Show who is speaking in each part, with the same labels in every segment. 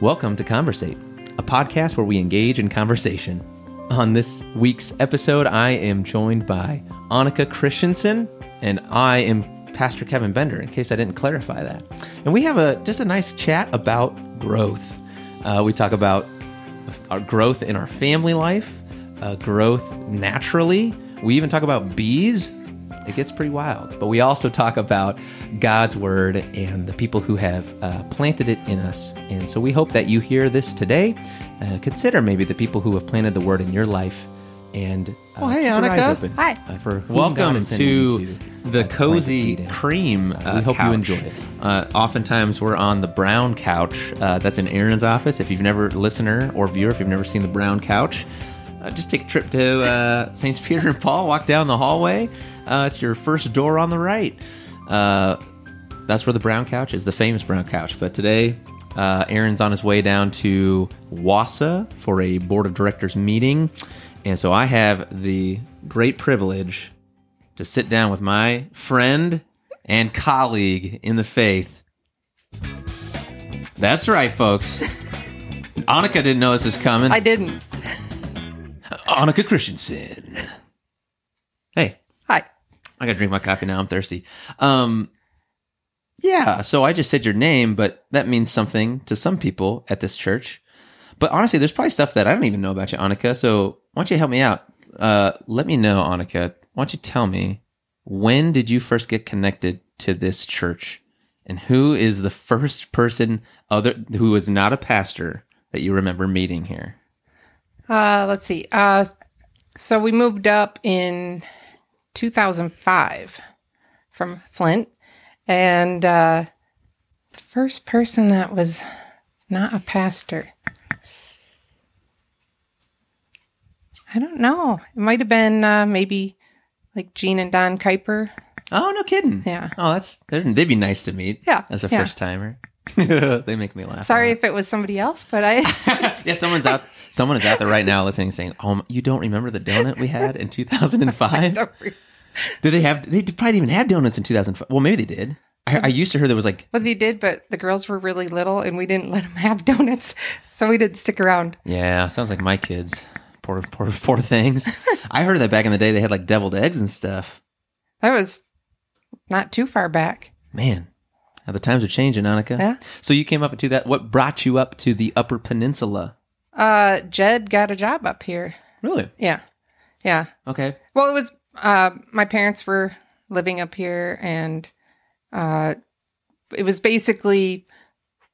Speaker 1: Welcome to Conversate, a podcast where we engage in conversation. On this week's episode, I am joined by Annika Christensen, and I am Pastor Kevin Bender, in case I didn't clarify that. And we have a just a nice chat about growth. Uh, we talk about our growth in our family life, uh, growth naturally. We even talk about bees. It gets pretty wild. But we also talk about God's word and the people who have uh, planted it in us. And so we hope that you hear this today. Uh, consider maybe the people who have planted the word in your life. And uh,
Speaker 2: Oh, hey,
Speaker 1: keep your eyes
Speaker 2: Annika.
Speaker 1: open,
Speaker 2: Hi.
Speaker 1: uh, for whom God
Speaker 3: Welcome
Speaker 1: is sending you uh,
Speaker 3: to the
Speaker 1: plant
Speaker 3: cozy
Speaker 1: seed in.
Speaker 3: cream.
Speaker 1: Uh, we
Speaker 3: uh,
Speaker 1: hope you
Speaker 3: couch.
Speaker 1: enjoy it.
Speaker 3: Uh, oftentimes, we're on the brown couch. Uh, that's in Aaron's office. If you've never, listener or viewer, if you've never seen the brown couch, uh, just take a trip to uh, St. Peter and Paul. Walk down the hallway. Uh, it's your first door on the right. Uh, that's where the brown couch is, the famous brown couch. But today, uh, Aaron's on his way down to Wassa for a board of directors meeting. And so I have the great privilege to sit down with my friend and colleague in the faith. That's right, folks. Annika didn't know this was coming.
Speaker 2: I didn't.
Speaker 3: Annika Christensen. Hey,
Speaker 2: Hi.
Speaker 3: I gotta drink my coffee now. I'm thirsty. Um, yeah, so I just said your name, but that means something to some people at this church. But honestly, there's probably stuff that I don't even know about you, Annika. So why don't you help me out? Uh, let me know, Annika. Why don't you tell me when did you first get connected to this church, and who is the first person other who is not a pastor that you remember meeting here?
Speaker 2: Uh, let's see. Uh, so we moved up in 2005 from Flint, and uh, the first person that was not a pastor. I don't know. It might have been uh, maybe like Gene and Don Kuiper.
Speaker 3: Oh, no kidding.
Speaker 2: Yeah.
Speaker 3: Oh, that's they're- they'd be nice to meet.
Speaker 2: Yeah,
Speaker 3: As a
Speaker 2: yeah.
Speaker 3: first timer. they make me laugh. a
Speaker 2: Sorry
Speaker 3: lot.
Speaker 2: if it was somebody else, but I.
Speaker 3: yeah, someone's out. Someone is out there right now listening, saying, "Oh, m- you don't remember the donut we had in 2005? Did they have? They probably didn't even had donuts in 2005. Well, maybe they did. I, I used to hear there was like,
Speaker 2: Well, they did, but the girls were really little, and we didn't let them have donuts, so we didn't stick around.
Speaker 3: yeah, sounds like my kids. Poor, poor, poor things. I heard that back in the day they had like deviled eggs and stuff.
Speaker 2: That was not too far back.
Speaker 3: Man, how the times are changing, Annika.
Speaker 2: Yeah.
Speaker 3: So you came up to that. What brought you up to the Upper Peninsula?
Speaker 2: Uh, Jed got a job up here.
Speaker 3: Really?
Speaker 2: Yeah, yeah.
Speaker 3: Okay.
Speaker 2: Well, it was uh, my parents were living up here, and uh, it was basically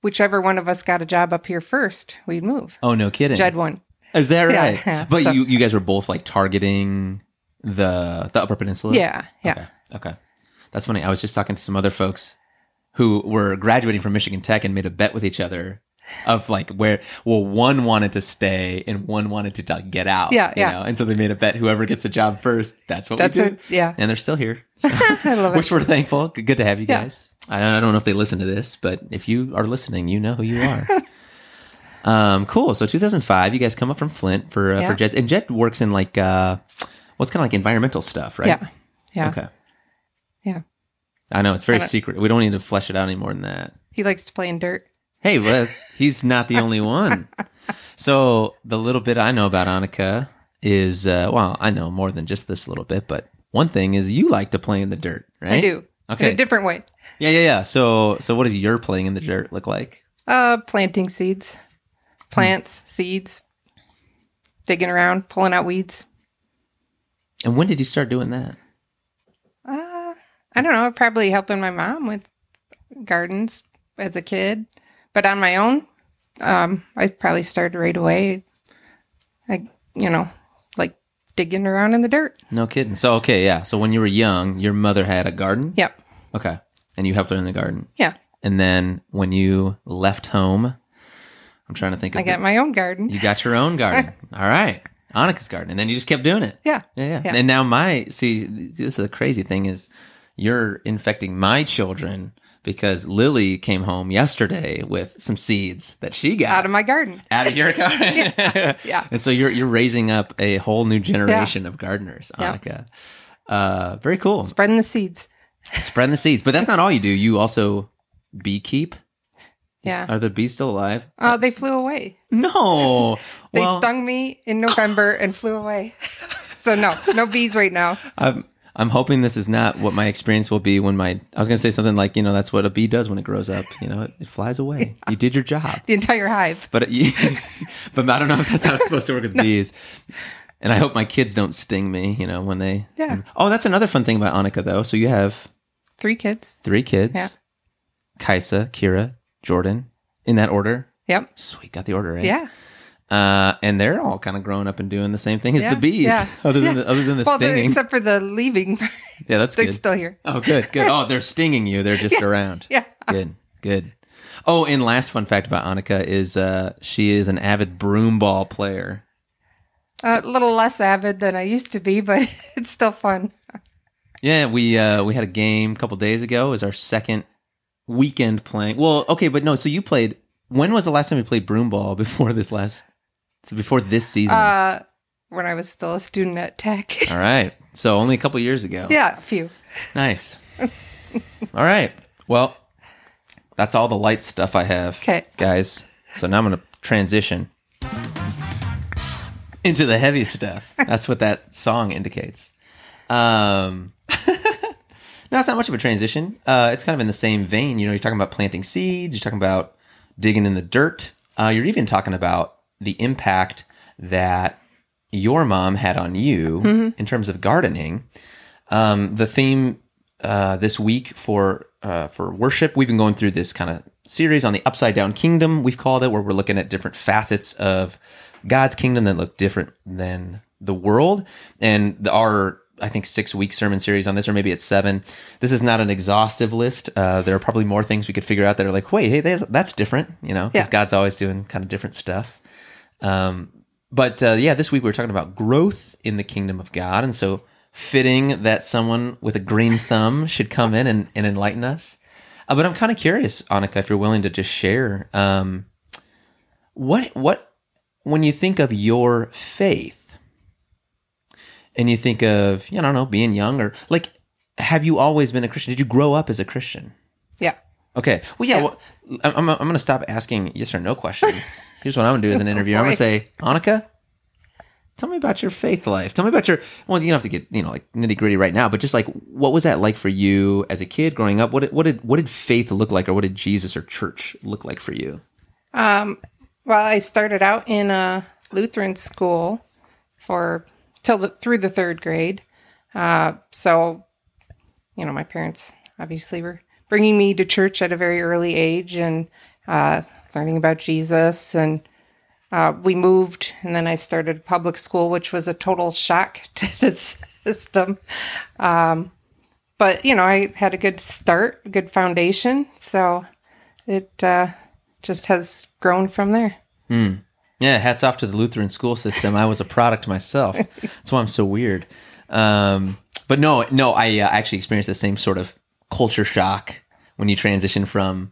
Speaker 2: whichever one of us got a job up here first, we'd move.
Speaker 3: Oh no, kidding.
Speaker 2: Jed won.
Speaker 3: Is that
Speaker 2: Yeah,
Speaker 3: right?
Speaker 2: yeah,
Speaker 3: but
Speaker 2: so-
Speaker 3: you, you guys were both like targeting the the Upper Peninsula.
Speaker 2: Yeah, yeah.
Speaker 3: Okay. okay. That's funny. I was just talking to some other folks who were graduating from Michigan Tech and made a bet with each other of like where well one wanted to stay and one wanted to like, get out.
Speaker 2: Yeah,
Speaker 3: you
Speaker 2: yeah.
Speaker 3: know? And so they made a bet whoever gets a job first, that's what
Speaker 2: That's
Speaker 3: we do.
Speaker 2: what, yeah.
Speaker 3: And they're still here. So-
Speaker 2: I love it.
Speaker 3: Which we're thankful. G- Good to have you
Speaker 2: Yeah.
Speaker 3: guys. I I don't know if they listen to this, but if you are listening, you know who you are. um, cool. So 2005, you guys come up from Flint for uh, for
Speaker 2: Yeah.
Speaker 3: Jets, and Jet works in like uh, what's kind of like environmental stuff, right?
Speaker 2: Yeah, yeah.
Speaker 3: Okay.
Speaker 2: Yeah.
Speaker 3: I know it's very
Speaker 2: I don't-
Speaker 3: secret. We don't need to flesh it out any more than that.
Speaker 2: He likes to play in dirt.
Speaker 3: Hey, well, he's not the only one. So the little bit I know about Annika is uh, well, I know more than just this little bit, but one thing is you like to play in the dirt, right?
Speaker 2: I do.
Speaker 3: Okay.
Speaker 2: In a different way.
Speaker 3: Yeah, yeah, yeah. So, so what does your playing in the dirt look like?
Speaker 2: Uh, planting seeds, plants, seeds, digging around, pulling out weeds.
Speaker 3: And when did you start doing that?
Speaker 2: Uh, I don't know. Probably helping my mom with gardens as a kid, but on my own, um, I probably started right away. I, you know, like digging around in the dirt.
Speaker 3: No kidding. So, okay, yeah. So when you were young, your mother had a garden.
Speaker 2: Yep.
Speaker 3: Okay, and you helped her in the garden.
Speaker 2: Yeah.
Speaker 3: And then when you left home, I'm trying to think. Of
Speaker 2: I got
Speaker 3: the-
Speaker 2: my own garden.
Speaker 3: You got your own garden. All right, Annika's garden, and then you just kept doing it.
Speaker 2: Yeah.
Speaker 3: Yeah, yeah,
Speaker 2: Yeah.
Speaker 3: And now my see, this is the crazy thing is you're infecting my children because Lily came home yesterday with some seeds that she got
Speaker 2: Out of my garden.
Speaker 3: out of your garden. yeah,
Speaker 2: yeah.
Speaker 3: And so you're you're raising up a whole new generation of gardeners,
Speaker 2: Yeah.
Speaker 3: Annika. Uh, very cool.
Speaker 2: Spreading the seeds.
Speaker 3: Spread the seeds, but that's not all you do. You also beekeep.
Speaker 2: Yeah.
Speaker 3: Are the bees still alive?
Speaker 2: Oh, they flew away.
Speaker 3: No.
Speaker 2: They
Speaker 3: well,
Speaker 2: stung me in November and flew away. So no, no bees right now.
Speaker 3: I'm I'm hoping this is not what my experience will be when my I was gonna say something like you know that's what a bee does when it grows up. You know, it, it flies away. You did your job.
Speaker 2: The entire hive.
Speaker 3: But it, but I don't know if that's how it's supposed to work with bees. And I hope my kids don't sting me. You know, when they.
Speaker 2: Yeah.
Speaker 3: Oh, that's another fun thing about Annika though. So you have
Speaker 2: Three kids.
Speaker 3: three kids.
Speaker 2: Yeah.
Speaker 3: Kaisa, Kira, Jordan, in that order.
Speaker 2: Yep.
Speaker 3: Sweet, got the order right.
Speaker 2: Yeah.
Speaker 3: Uh, and they're all kind of growing up and doing the same thing as
Speaker 2: Yeah,
Speaker 3: the bees,
Speaker 2: yeah,
Speaker 3: other than
Speaker 2: yeah.
Speaker 3: the, other than the
Speaker 2: Well, they're-
Speaker 3: stinging.
Speaker 2: except for the leaving,
Speaker 3: yeah, that's
Speaker 2: they're
Speaker 3: good.
Speaker 2: still here.
Speaker 3: oh, good, good. Oh, they're stinging you. They're just around.
Speaker 2: Yeah.
Speaker 3: Good, good. Oh, and last fun fact about Annika is uh, she is an avid broom ball player.
Speaker 2: A little less avid than I used to be, but it's still fun.
Speaker 3: Yeah, we uh, we had a game a couple days ago. It was our second weekend playing. Well, okay, but no. So you played. When was the last time you played broom ball before this last? Before this season.
Speaker 2: Uh, when I was still a student at Tech.
Speaker 3: All right. So only a couple years ago.
Speaker 2: yeah, a few.
Speaker 3: Nice. all right. Well, that's all the light stuff I have.
Speaker 2: 'Kay.
Speaker 3: Guys, so now I'm going to transition into the heavy stuff. That's what that song indicates. Um, no, it's not much of a transition. Uh, it's kind of in the same vein. You know, you're talking about planting seeds, you're talking about digging in the dirt, uh, you're even talking about the impact that your mom had on you in terms of gardening um, the theme uh, this week for uh, for worship. We've been going through this kind of series on the upside down kingdom. We've called it where we're looking at different facets of God's kingdom that look different than the world. And the, our I think six week sermon series on this, or maybe it's seven. This is not an exhaustive list. Uh, there are probably more things we could figure out that are like, wait, hey, that- that's different, you know, because
Speaker 2: Yeah.
Speaker 3: God's always doing kind of different stuff. But uh, yeah, this week we were talking about growth in the kingdom of God. And so fitting that someone with a green thumb should come in and, and enlighten us. Uh, but I'm kind of curious, Annika, if you're willing to just share um, what, what, when you think of your faith and you think of, you know, I don't know, being young or like, have you always been a Christian? Did you grow up as a Christian?
Speaker 2: Yeah.
Speaker 3: Okay. Well, yeah.
Speaker 2: Yeah.
Speaker 3: Well, I'm, I'm, I'm going to stop asking yes or no questions. Here's what I'm going to do as an interview. I'm going
Speaker 2: boy.
Speaker 3: to say, Annika, tell me about your faith life. Tell me about your. Well, you don't have to get you know like nitty gritty right now, but just like what was that like for you as a kid growing up? What did, what did what did faith look like, or what did Jesus or church look like for you?
Speaker 2: Um, well, I started out in a Lutheran school for till the, through the third grade. Uh, so, you know, my parents obviously were bringing me to church at a very early age and uh, learning about Jesus. And uh, we moved, and then I started public school, which was a total shock to the system. Um, but you know, I had a good start, a good foundation. So it uh, just has grown from there.
Speaker 3: Yeah, hats off to the Lutheran school system. I was a product myself. That's why I'm so weird. Um, but no, no, I uh, actually experienced the same sort of culture shock when you transition from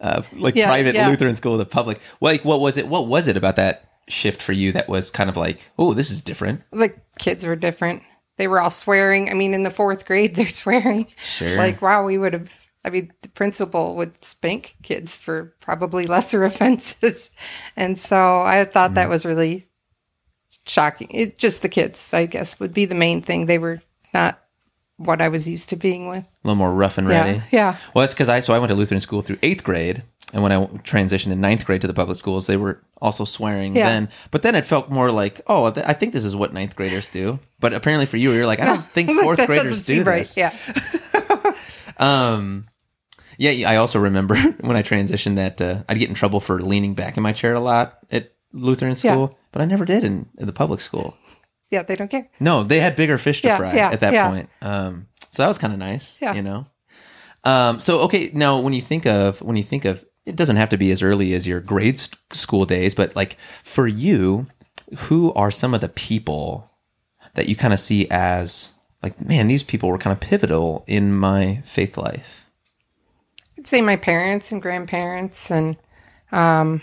Speaker 3: uh, like
Speaker 2: Yeah,
Speaker 3: private
Speaker 2: yeah.
Speaker 3: Lutheran school to public. Like, what was it? What was it about that shift for you that was kind of like, oh, this is different?
Speaker 2: The kids were different. They were all swearing. I mean, in the fourth grade, they're swearing.
Speaker 3: Sure.
Speaker 2: Like, wow, we would have. I mean, the principal would spank kids for probably lesser offenses. And so I thought
Speaker 3: Mm.
Speaker 2: that was really shocking. It just the kids, I guess, would be the main thing. They were not what I was used to being with.
Speaker 3: A little more rough and
Speaker 2: Yeah.
Speaker 3: ready.
Speaker 2: Yeah.
Speaker 3: Well, that's because I so I went to Lutheran school through eighth grade, and when I transitioned in ninth grade to the public schools, they were also swearing
Speaker 2: Yeah.
Speaker 3: then. But then it felt more like, oh, th- I think this is what ninth graders do. But apparently for you, you're like, I don't think
Speaker 2: Like,
Speaker 3: fourth
Speaker 2: that
Speaker 3: graders
Speaker 2: doesn't
Speaker 3: do
Speaker 2: seem
Speaker 3: this.
Speaker 2: Yeah.
Speaker 3: Um, yeah, yeah, I also remember when I transitioned that uh, I'd get in trouble for leaning back in my chair a lot at Lutheran
Speaker 2: Yeah.
Speaker 3: school, but I never did in, in the public school.
Speaker 2: Yeah. They don't care.
Speaker 3: No, they had bigger fish to
Speaker 2: Yeah,
Speaker 3: fry
Speaker 2: yeah,
Speaker 3: at that
Speaker 2: yeah.
Speaker 3: point. Um, so that was kind of nice.
Speaker 2: Yeah.
Speaker 3: You know. Um, so okay, now when you think of when you think of it doesn't have to be as early as your grade st- school days, but like for you, who are some of the people that you kind of see as like, man, these people were kind of pivotal in my faith life.
Speaker 2: I'd say my parents and grandparents and um,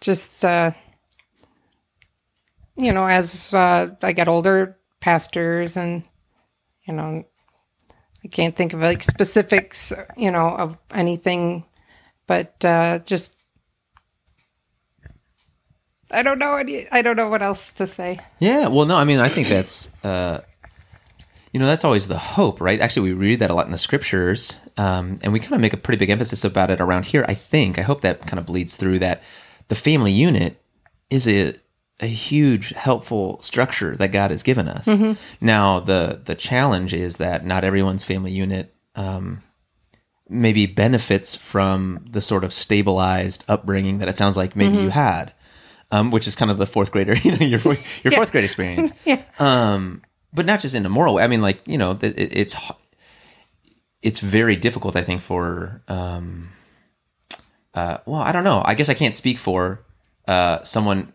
Speaker 2: just uh, you know as uh, I got older, pastors and you know I can't think of like specifics you know of anything but uh, just I don't know any. I don't know what else to say.
Speaker 3: Yeah, well, no, I mean, I think that's, uh, you know, that's always the hope, right? Actually, we read that a lot in the scriptures, um, and we kind of make a pretty big emphasis about it around here. I think I hope that kind of bleeds through that the family unit is a a huge helpful structure that God has given us. Now, the the challenge is that not everyone's family unit um, maybe benefits from the sort of stabilized upbringing that it sounds like maybe you had, um, which is kind of the fourth grader, you know, your your fourth grade experience.
Speaker 2: Yeah.
Speaker 3: Um, but not just in a moral way. I mean, like you know, it, it- it's h- it's very difficult. I think for um, uh, well, I don't know. I guess I can't speak for uh, someone.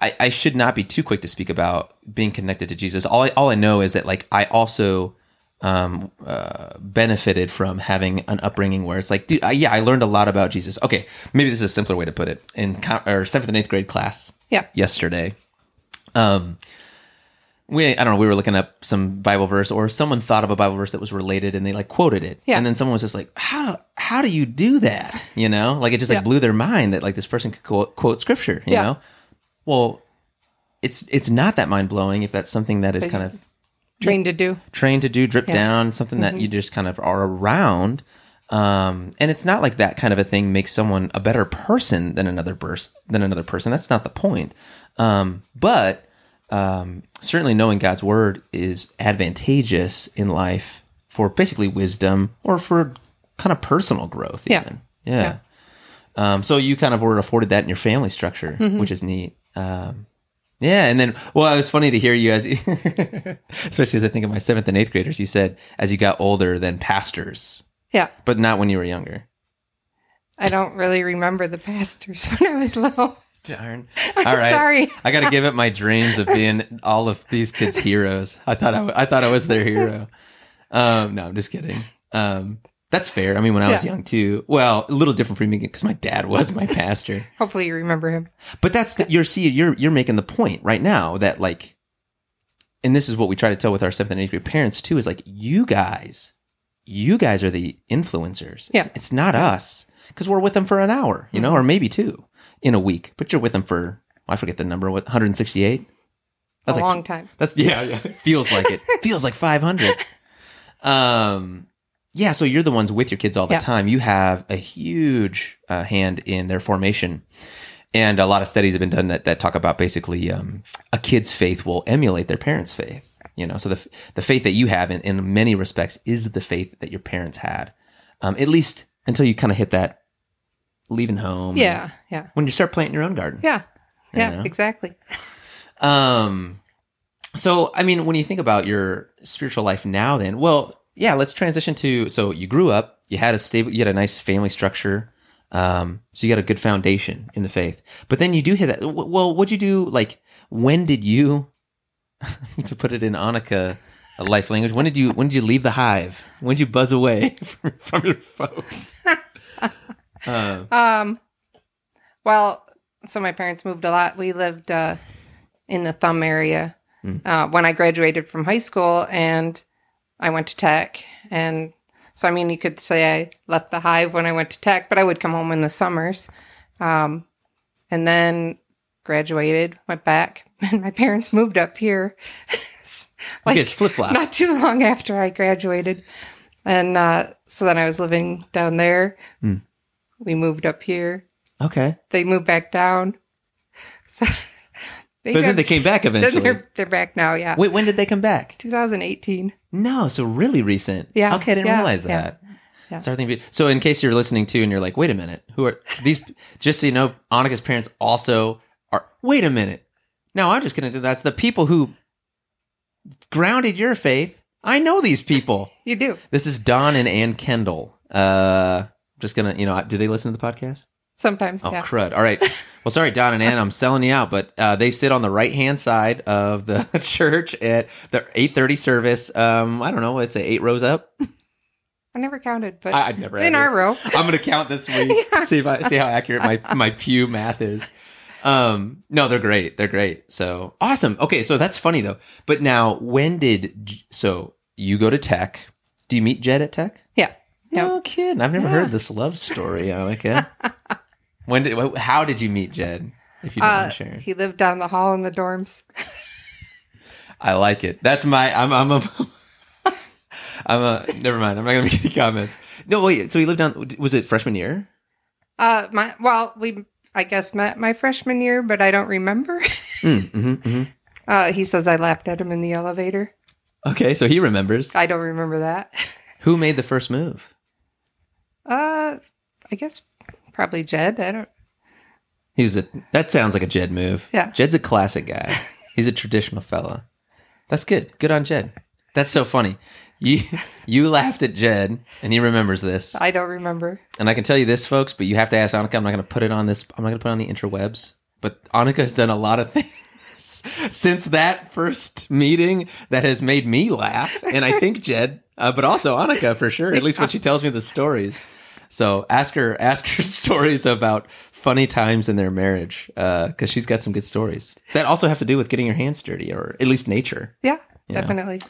Speaker 3: I, I should not be too quick to speak about being connected to Jesus. All I, all I know is that like I also um, uh, benefited from having an upbringing where it's like, dude, I, yeah, I learned a lot about Jesus. Okay, maybe this is a simpler way to put it. In co- or seventh and eighth grade class
Speaker 2: Yeah.
Speaker 3: yesterday, um, we I don't know we were looking up some Bible verse or someone thought of a Bible verse that was related and they like quoted it.
Speaker 2: Yeah.
Speaker 3: And then someone was just like, how how do you do that? You know, like it just like blew their mind that like this person could quote, quote scripture. You
Speaker 2: Yeah.
Speaker 3: know, well, it's it's not that mind blowing if that's something that is kind of
Speaker 2: Trained to do.
Speaker 3: trained to do drip down something
Speaker 2: Mm-hmm.
Speaker 3: that you just kind of are around um and it's not like that kind of a thing makes someone a better person than another person than another person that's not the point um but um certainly knowing god's word is advantageous in life for basically wisdom or for kind of personal growth
Speaker 2: Yeah.
Speaker 3: even. yeah um so you kind of were afforded that in your family structure which is neat um yeah, and then well, it was funny to hear you as, especially as I think of my seventh and eighth graders. You said as you got older, then pastors,
Speaker 2: Yeah.
Speaker 3: but not when you were younger.
Speaker 2: I don't really remember the pastors when I was little.
Speaker 3: Darn. All right.
Speaker 2: sorry.
Speaker 3: I got to give up my dreams of being all of these kids' heroes. I thought I, w- I thought I was their hero. Um, no, I'm just kidding. Um, that's fair. I mean, when I was
Speaker 2: Yeah.
Speaker 3: young too. Well, a little different for me because my dad was my pastor.
Speaker 2: Hopefully, you remember him.
Speaker 3: But that's the, you're see you're you're making the point right now that like, and this is what we try to tell with our seventh and eighth grade parents too is like you guys, you guys are the influencers.
Speaker 2: Yeah. Mm-hmm.
Speaker 3: It's, it's not us because we're with them for an hour, you know, or maybe two in a week. But you're with them for I forget the number. What 168?
Speaker 2: A
Speaker 3: like
Speaker 2: long time.
Speaker 3: That's yeah, yeah. Feels like it. Feels like 500. Um yeah, so you're the ones with your kids all the
Speaker 2: Yeah.
Speaker 3: time. You have a huge uh, hand in their formation. And a lot of studies have been done that, that talk about basically um, a kid's faith will emulate their parents' faith. You know, so the, the faith that you have in, in many respects is the faith that your parents had, um, at least until you kind of hit that leaving home.
Speaker 2: Yeah. Yeah.
Speaker 3: When you start planting your own garden.
Speaker 2: Yeah. Yeah.
Speaker 3: Yeah.
Speaker 2: Exactly.
Speaker 3: Um, so I mean, when you think about your spiritual life now, then, well, yeah, let's transition to. So you grew up, you had a stable, you had a nice family structure, um, so you got a good foundation in the faith. But then you do hit that. w- Well, what'd you do? Like, when did you, to put it in Annika life language, when did you when did you leave the hive? When did you buzz away from, from your folks? Uh,
Speaker 2: Um, well, so my parents moved a lot. We lived uh, in the Thumb area
Speaker 3: Mm.
Speaker 2: uh, when I graduated from high school, and I went to Tech. And so, I mean, you could say I left the hive when I went to Tech, but I would come home in the summers, um, and then graduated, went back, and my parents moved up here.
Speaker 3: like, it's flip flop.
Speaker 2: not too long after I graduated. And uh, so then I was living down there.
Speaker 3: Hmm.
Speaker 2: We moved up here.
Speaker 3: Okay,
Speaker 2: They moved back down. So they
Speaker 3: but then
Speaker 2: got-
Speaker 3: they came back
Speaker 2: then
Speaker 3: eventually.
Speaker 2: they're, they're back now, yeah.
Speaker 3: Wait, when did they come back?
Speaker 2: 2018.
Speaker 3: No, so really recent.
Speaker 2: Yeah,
Speaker 3: Okay, I didn't
Speaker 2: yeah,
Speaker 3: realize
Speaker 2: yeah,
Speaker 3: that.
Speaker 2: yeah.
Speaker 3: It's everything be- So, in case you're listening to and you're like, wait a minute, who are these? just so you know, Annika's parents also are. Wait a minute. No, I'm just going to do that's the people who grounded your faith. I know these people.
Speaker 2: You do.
Speaker 3: this is Don and Ann Kendall. Uh, just gonna, you know, do they listen to the podcast?
Speaker 2: Sometimes,
Speaker 3: Oh
Speaker 2: yeah.
Speaker 3: crud! All right. Well, sorry, Don and Ann, I'm selling you out, but uh, they sit on the right hand side of the church at the 8:30 service. Um, I don't know. Let's say eight rows up.
Speaker 2: I never counted, but
Speaker 3: I- I've never had
Speaker 2: in our row.
Speaker 3: I'm going to count this week.
Speaker 2: Yeah.
Speaker 3: See if I, see how accurate my my pew math is. Um, no, they're great. They're great. So awesome. Okay, so that's funny though. But now, when did J- so you go to Tech? Do you meet Jed at Tech?
Speaker 2: Yeah.
Speaker 3: No kidding. I've never heard this love story, Annika. when did? wh- How did you meet Jed? If you don't
Speaker 2: Uh,
Speaker 3: mind sharing,
Speaker 2: he lived down the hall in the dorms.
Speaker 3: I like it. That's my. I'm. I'm a. I'm a. Never mind. I'm not gonna make any comments. No, wait. So he lived on. Was it freshman year?
Speaker 2: Uh, my well, we I guess met my freshman year, but I don't remember.
Speaker 3: Mm, hmm
Speaker 2: Uh, he says I laughed at him in the elevator.
Speaker 3: Okay, so he remembers.
Speaker 2: I don't remember that.
Speaker 3: Who made the first move?
Speaker 2: Uh, I guess probably Jed. I don't.
Speaker 3: He was a. That sounds like a Jed move.
Speaker 2: Yeah.
Speaker 3: Jed's a classic guy. He's a traditional fella. That's good. Good on Jed. That's so funny. You you laughed at Jed, and he remembers this.
Speaker 2: I don't remember.
Speaker 3: And I can tell you this, folks, but you have to ask Annika. I'm not going to put it on this. I'm not going to put it on the interwebs. But Annika has done a lot of things since that first meeting that has made me laugh, and I think Jed, uh, but also Annika for sure. At least when she tells me the stories. So ask her, ask her stories about funny times in their marriage, because she's got some good stories that also have to do with getting your hands dirty, or at least nature.
Speaker 2: Yeah, definitely.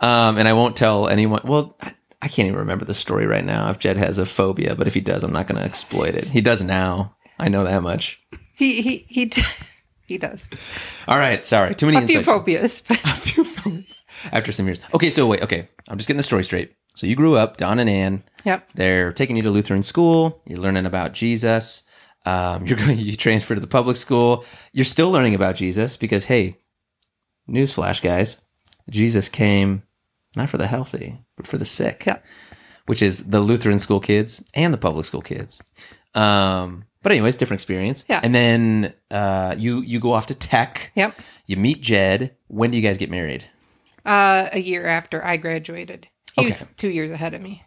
Speaker 3: Um, and I won't tell anyone. Well, I, I can't even remember the story right now. If Jed has a phobia, but if he does, I'm not going to exploit it. He does now. I know that much.
Speaker 2: He he he d- he does
Speaker 3: All right, sorry. Too many.
Speaker 2: a few
Speaker 3: inside jokes.
Speaker 2: phobias.
Speaker 3: A few phobias. After some years. Okay, so wait. Okay, I'm just getting the story straight. So you grew up, Don and Ann.
Speaker 2: yep.
Speaker 3: They're taking you to Lutheran school. You're learning about Jesus. Um, you're going. You transfer to the public school. You're still learning about Jesus because hey, newsflash, guys, Jesus came not for the healthy but for the sick.
Speaker 2: Yeah.
Speaker 3: Which is the Lutheran school kids and the public school kids. Um, but anyways, different experience.
Speaker 2: Yeah.
Speaker 3: And then uh, you you go off to tech.
Speaker 2: Yep.
Speaker 3: You meet Jed. When do you guys get married?
Speaker 2: Uh, a year after I graduated, he was
Speaker 3: Okay.
Speaker 2: two years ahead of me.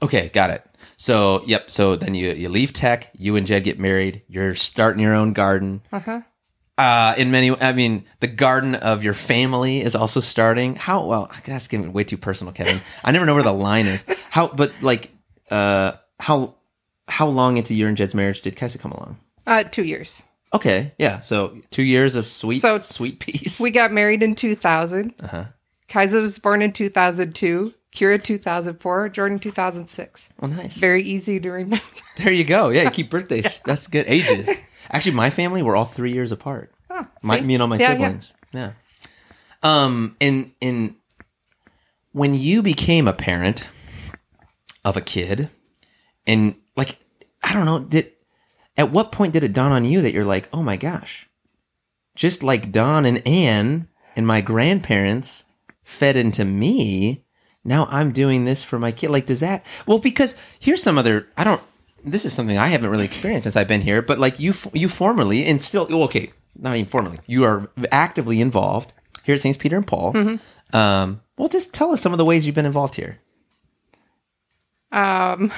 Speaker 3: Okay, got it. So, yep. So then you you leave tech. You and Jed get married. You're starting your own garden.
Speaker 2: Uh huh.
Speaker 3: Uh, in many, I mean, the garden of your family is also starting. How well? That's getting way too personal, Kevin. I never know where the line is. How? But like, uh, how how long into your and Jed's marriage did Kaisa come along?
Speaker 2: Uh, two years.
Speaker 3: Okay, yeah. So two years of sweet,
Speaker 2: So
Speaker 3: sweet peace.
Speaker 2: We got married in 2000.
Speaker 3: Uh-huh.
Speaker 2: Kaiser was born in 2002. Kira 2004. Jordan 2006.
Speaker 3: well, nice.
Speaker 2: Very easy to remember.
Speaker 3: There you go. Yeah, keep birthdays. That's good. Ages. Actually, my family were all three years apart.
Speaker 2: Oh,
Speaker 3: my,
Speaker 2: see?
Speaker 3: me and all my
Speaker 2: Yeah, yeah.
Speaker 3: siblings. Yeah. Um. And and when you became a parent of a kid, and like I don't know, did at what point did it dawn on you that you're like, oh my gosh, just like Don and Anne and my grandparents fed into me. Now I'm doing this for my kid. Like, does that? Well, because here's some other. I don't. This is something I haven't really experienced since I've been here. But like you, f- you formerly and still. well, Okay, not even formally. You are actively involved here at Saints Peter and Paul. Um, well, just tell us some of the ways you've been involved here.
Speaker 2: Um,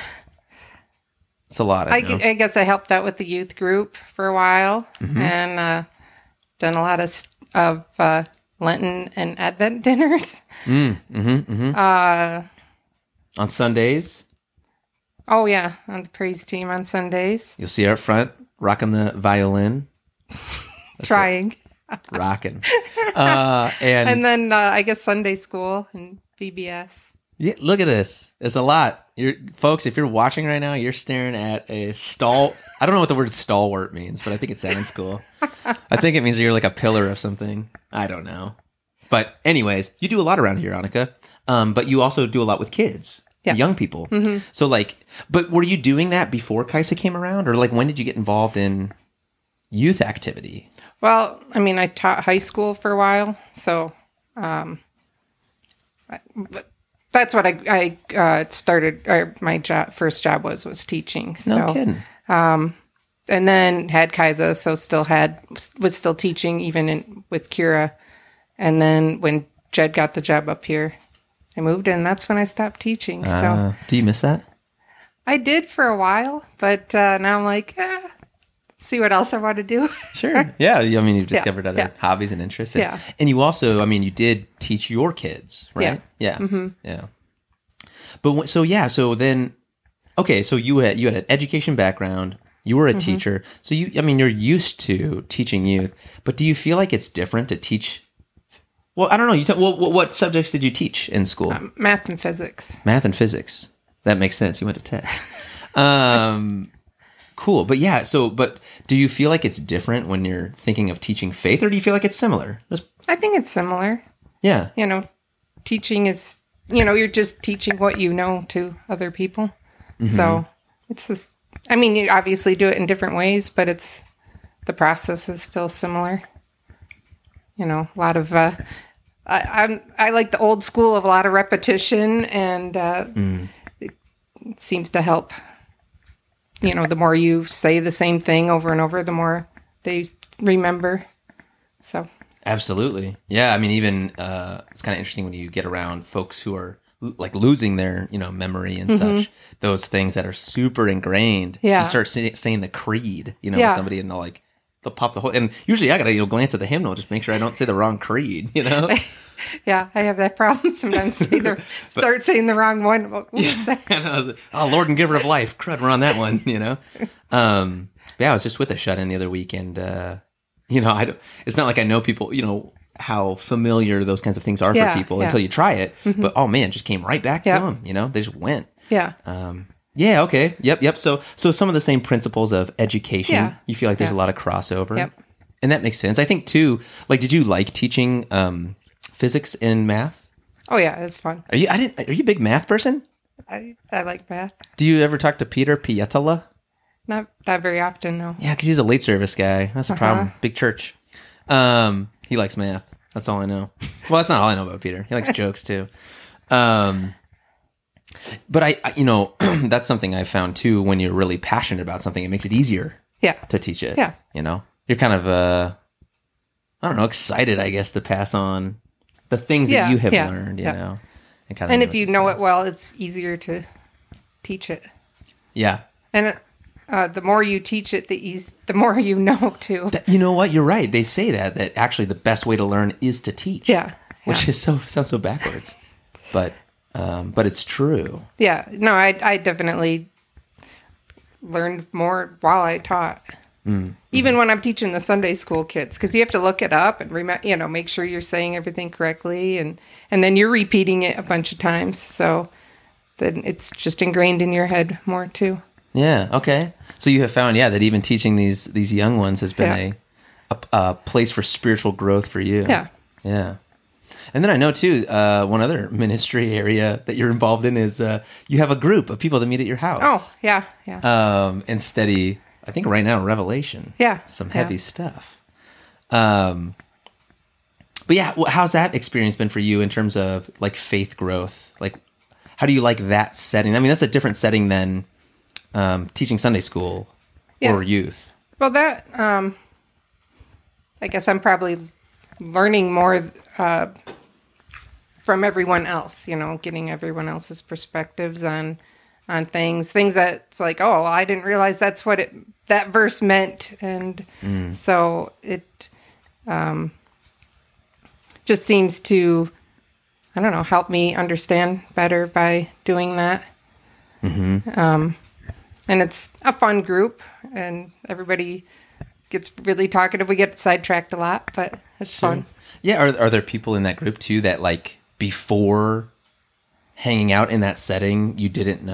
Speaker 3: It's a lot. I,
Speaker 2: I,
Speaker 3: know.
Speaker 2: I guess I helped out with the youth group for a while
Speaker 3: Mm-hmm.
Speaker 2: and uh, done a lot of s- of uh, Lenten and Advent dinners.
Speaker 3: On Sundays,
Speaker 2: Oh yeah, on the praise team on Sundays,
Speaker 3: you'll see her up front rocking the violin,
Speaker 2: trying,
Speaker 3: rocking, uh, and,
Speaker 2: and then uh, I guess Sunday school and VBS.
Speaker 3: Yeah, look at this. It's a lot. You're, folks, if you're watching right now, you're staring at a stall. I don't know what the word stalwart means, but I think it sounds cool. I think it means you're like a pillar of something. I don't know. But anyways, you do a lot around here, Annika. Um, but you also do a lot with kids,
Speaker 2: Yeah. Mm-hmm.
Speaker 3: young people. So like, but were you doing that before Kaisa came around, or like when did you get involved in youth activity?
Speaker 2: Well, I mean, I taught high school for a while, so um, I- but that's what I, I uh, started. Or my job, first job was was teaching. So.
Speaker 3: No kidding.
Speaker 2: and then had Kaisa, so still had was still teaching even in, with Kira, and then when Jed got the job up here, I moved, and that's when I stopped teaching. so
Speaker 3: Uh, do you miss that?
Speaker 2: I did for a while, but uh, now I'm like, ah, see what else I want to do.
Speaker 3: Sure. Yeah. you- I mean, you've discovered other
Speaker 2: yeah.
Speaker 3: hobbies and interests. And,
Speaker 2: Yeah.
Speaker 3: And you also, I mean, you did teach your kids, right? Yeah. Mm-hmm. Yeah. But when, so yeah, so then, okay, so you had you had an education background. You were a teacher, so you, I mean, you're used to teaching youth. But do you feel like it's different to teach? Well, I don't know. You t- well, what, what subjects did you teach in school?
Speaker 2: Math and physics.
Speaker 3: Math and physics. That makes sense. You went to tech. Um, cool. But yeah, so, but do you feel like it's different when you're thinking of teaching faith or do you feel like it's similar? Just,
Speaker 2: I think it's similar.
Speaker 3: yeah.
Speaker 2: You know, teaching is, you know, you're just teaching what you know to other people. So it's this, I mean, you obviously do it in different ways, but it's, the process is still similar. You know, a lot of, uh, I, I'm, I like the old school of a lot of repetition and uh, it seems to help. You know, the more you say the same thing over and over, the more they remember. So
Speaker 3: Absolutely. Yeah. I mean, even uh, it's kind of interesting when you get around folks who are l- like losing their, you know, memory and such. Those things that are super ingrained.
Speaker 2: Mm-hmm. Yeah.
Speaker 3: You start say, saying the creed, you know,
Speaker 2: Yeah.
Speaker 3: with somebody and they'll like they'll pop the whole. And usually, I gotta you know glance at the hymnal just make sure I don't say the wrong creed. You know.
Speaker 2: Yeah, I have that problem sometimes. Say the, start saying the wrong one. What was that?
Speaker 3: And I was like, oh, Lord and Giver of Life. Crud, we're on that one, you know? Um, but yeah, I was just with a shut in the other week, and, uh, you know, I don't, it's not like I know people, you know, how familiar those kinds of things are
Speaker 2: Yeah,
Speaker 3: for people
Speaker 2: yeah. Mm-hmm.
Speaker 3: until you try it. But oh, man, it just came right back
Speaker 2: Yep.
Speaker 3: to them, you know? They just went.
Speaker 2: Yeah,
Speaker 3: Um, yeah, okay. Yep, yep. So, so some of the same principles of education,
Speaker 2: Yeah.
Speaker 3: you feel like there's
Speaker 2: Yeah.
Speaker 3: a lot of crossover.
Speaker 2: Yep.
Speaker 3: And that makes sense. I think, too, like, did you like teaching um, physics and math?
Speaker 2: Oh yeah, it was fun.
Speaker 3: Are you, I didn't, are you a big math person?
Speaker 2: I, I like math.
Speaker 3: Do you ever talk to Peter Pietola?
Speaker 2: Not not very often, no.
Speaker 3: Yeah, because he's a late service guy. That's a problem.
Speaker 2: Uh-huh.
Speaker 3: Big church. Um, he likes math. That's all I know. Well, that's not all I know about Peter. He likes jokes too. Um, but I, I, you know, that's something I found too. When you're really passionate about something, it makes it easier
Speaker 2: Yeah,
Speaker 3: to teach it.
Speaker 2: Yeah.
Speaker 3: you know, you're kind of, uh, I don't know, excited, I guess, to pass on the things
Speaker 2: Yeah,
Speaker 3: that you have
Speaker 2: yeah,
Speaker 3: learned. You
Speaker 2: yeah.
Speaker 3: know, and, kind
Speaker 2: and if you know it well, it's easier to teach it.
Speaker 3: yeah,
Speaker 2: And uh, the more you teach it, the eas- the more you know too.
Speaker 3: That- you know what? You're right. They say that that actually the best way to learn is to teach.
Speaker 2: Yeah,
Speaker 3: which is so sounds so backwards, but um, but it's true.
Speaker 2: yeah. No, I I definitely learned more while I taught. Even when I'm teaching the Sunday school kids, because you have to look it up and remember, you know, make sure you're saying everything correctly, and and then you're repeating it a bunch of times, so then it's just ingrained in your head more too.
Speaker 3: Yeah. Okay. So you have found yeah that even teaching these these young ones has been a, a a place for spiritual growth for you.
Speaker 2: Yeah.
Speaker 3: Yeah. And then I know too uh, one other ministry area that you're involved in is uh, you have a group of people that meet at your
Speaker 2: Oh
Speaker 3: house.
Speaker 2: yeah, yeah,
Speaker 3: Um, and study. I think right now Revelation.
Speaker 2: Yeah,
Speaker 3: Some
Speaker 2: yeah.
Speaker 3: heavy stuff. Um, But yeah, well, how's that experience been for you in terms of like faith growth? Like, how do you like that setting? I mean, that's a different setting than um, teaching Sunday school
Speaker 2: Yeah.
Speaker 3: or youth.
Speaker 2: Well, that um, I guess I'm probably learning more uh, from everyone else. You know, getting everyone else's perspectives on on things, things that's like, oh, well, I didn't realize that's what it that verse meant, and so it um, just seems to I don't know help me understand better by doing that Um, and it's a fun group and everybody gets really talkative we get sidetracked a lot but it's fun
Speaker 3: Yeah, are are there people in that group too that like before hanging out in that setting you didn't know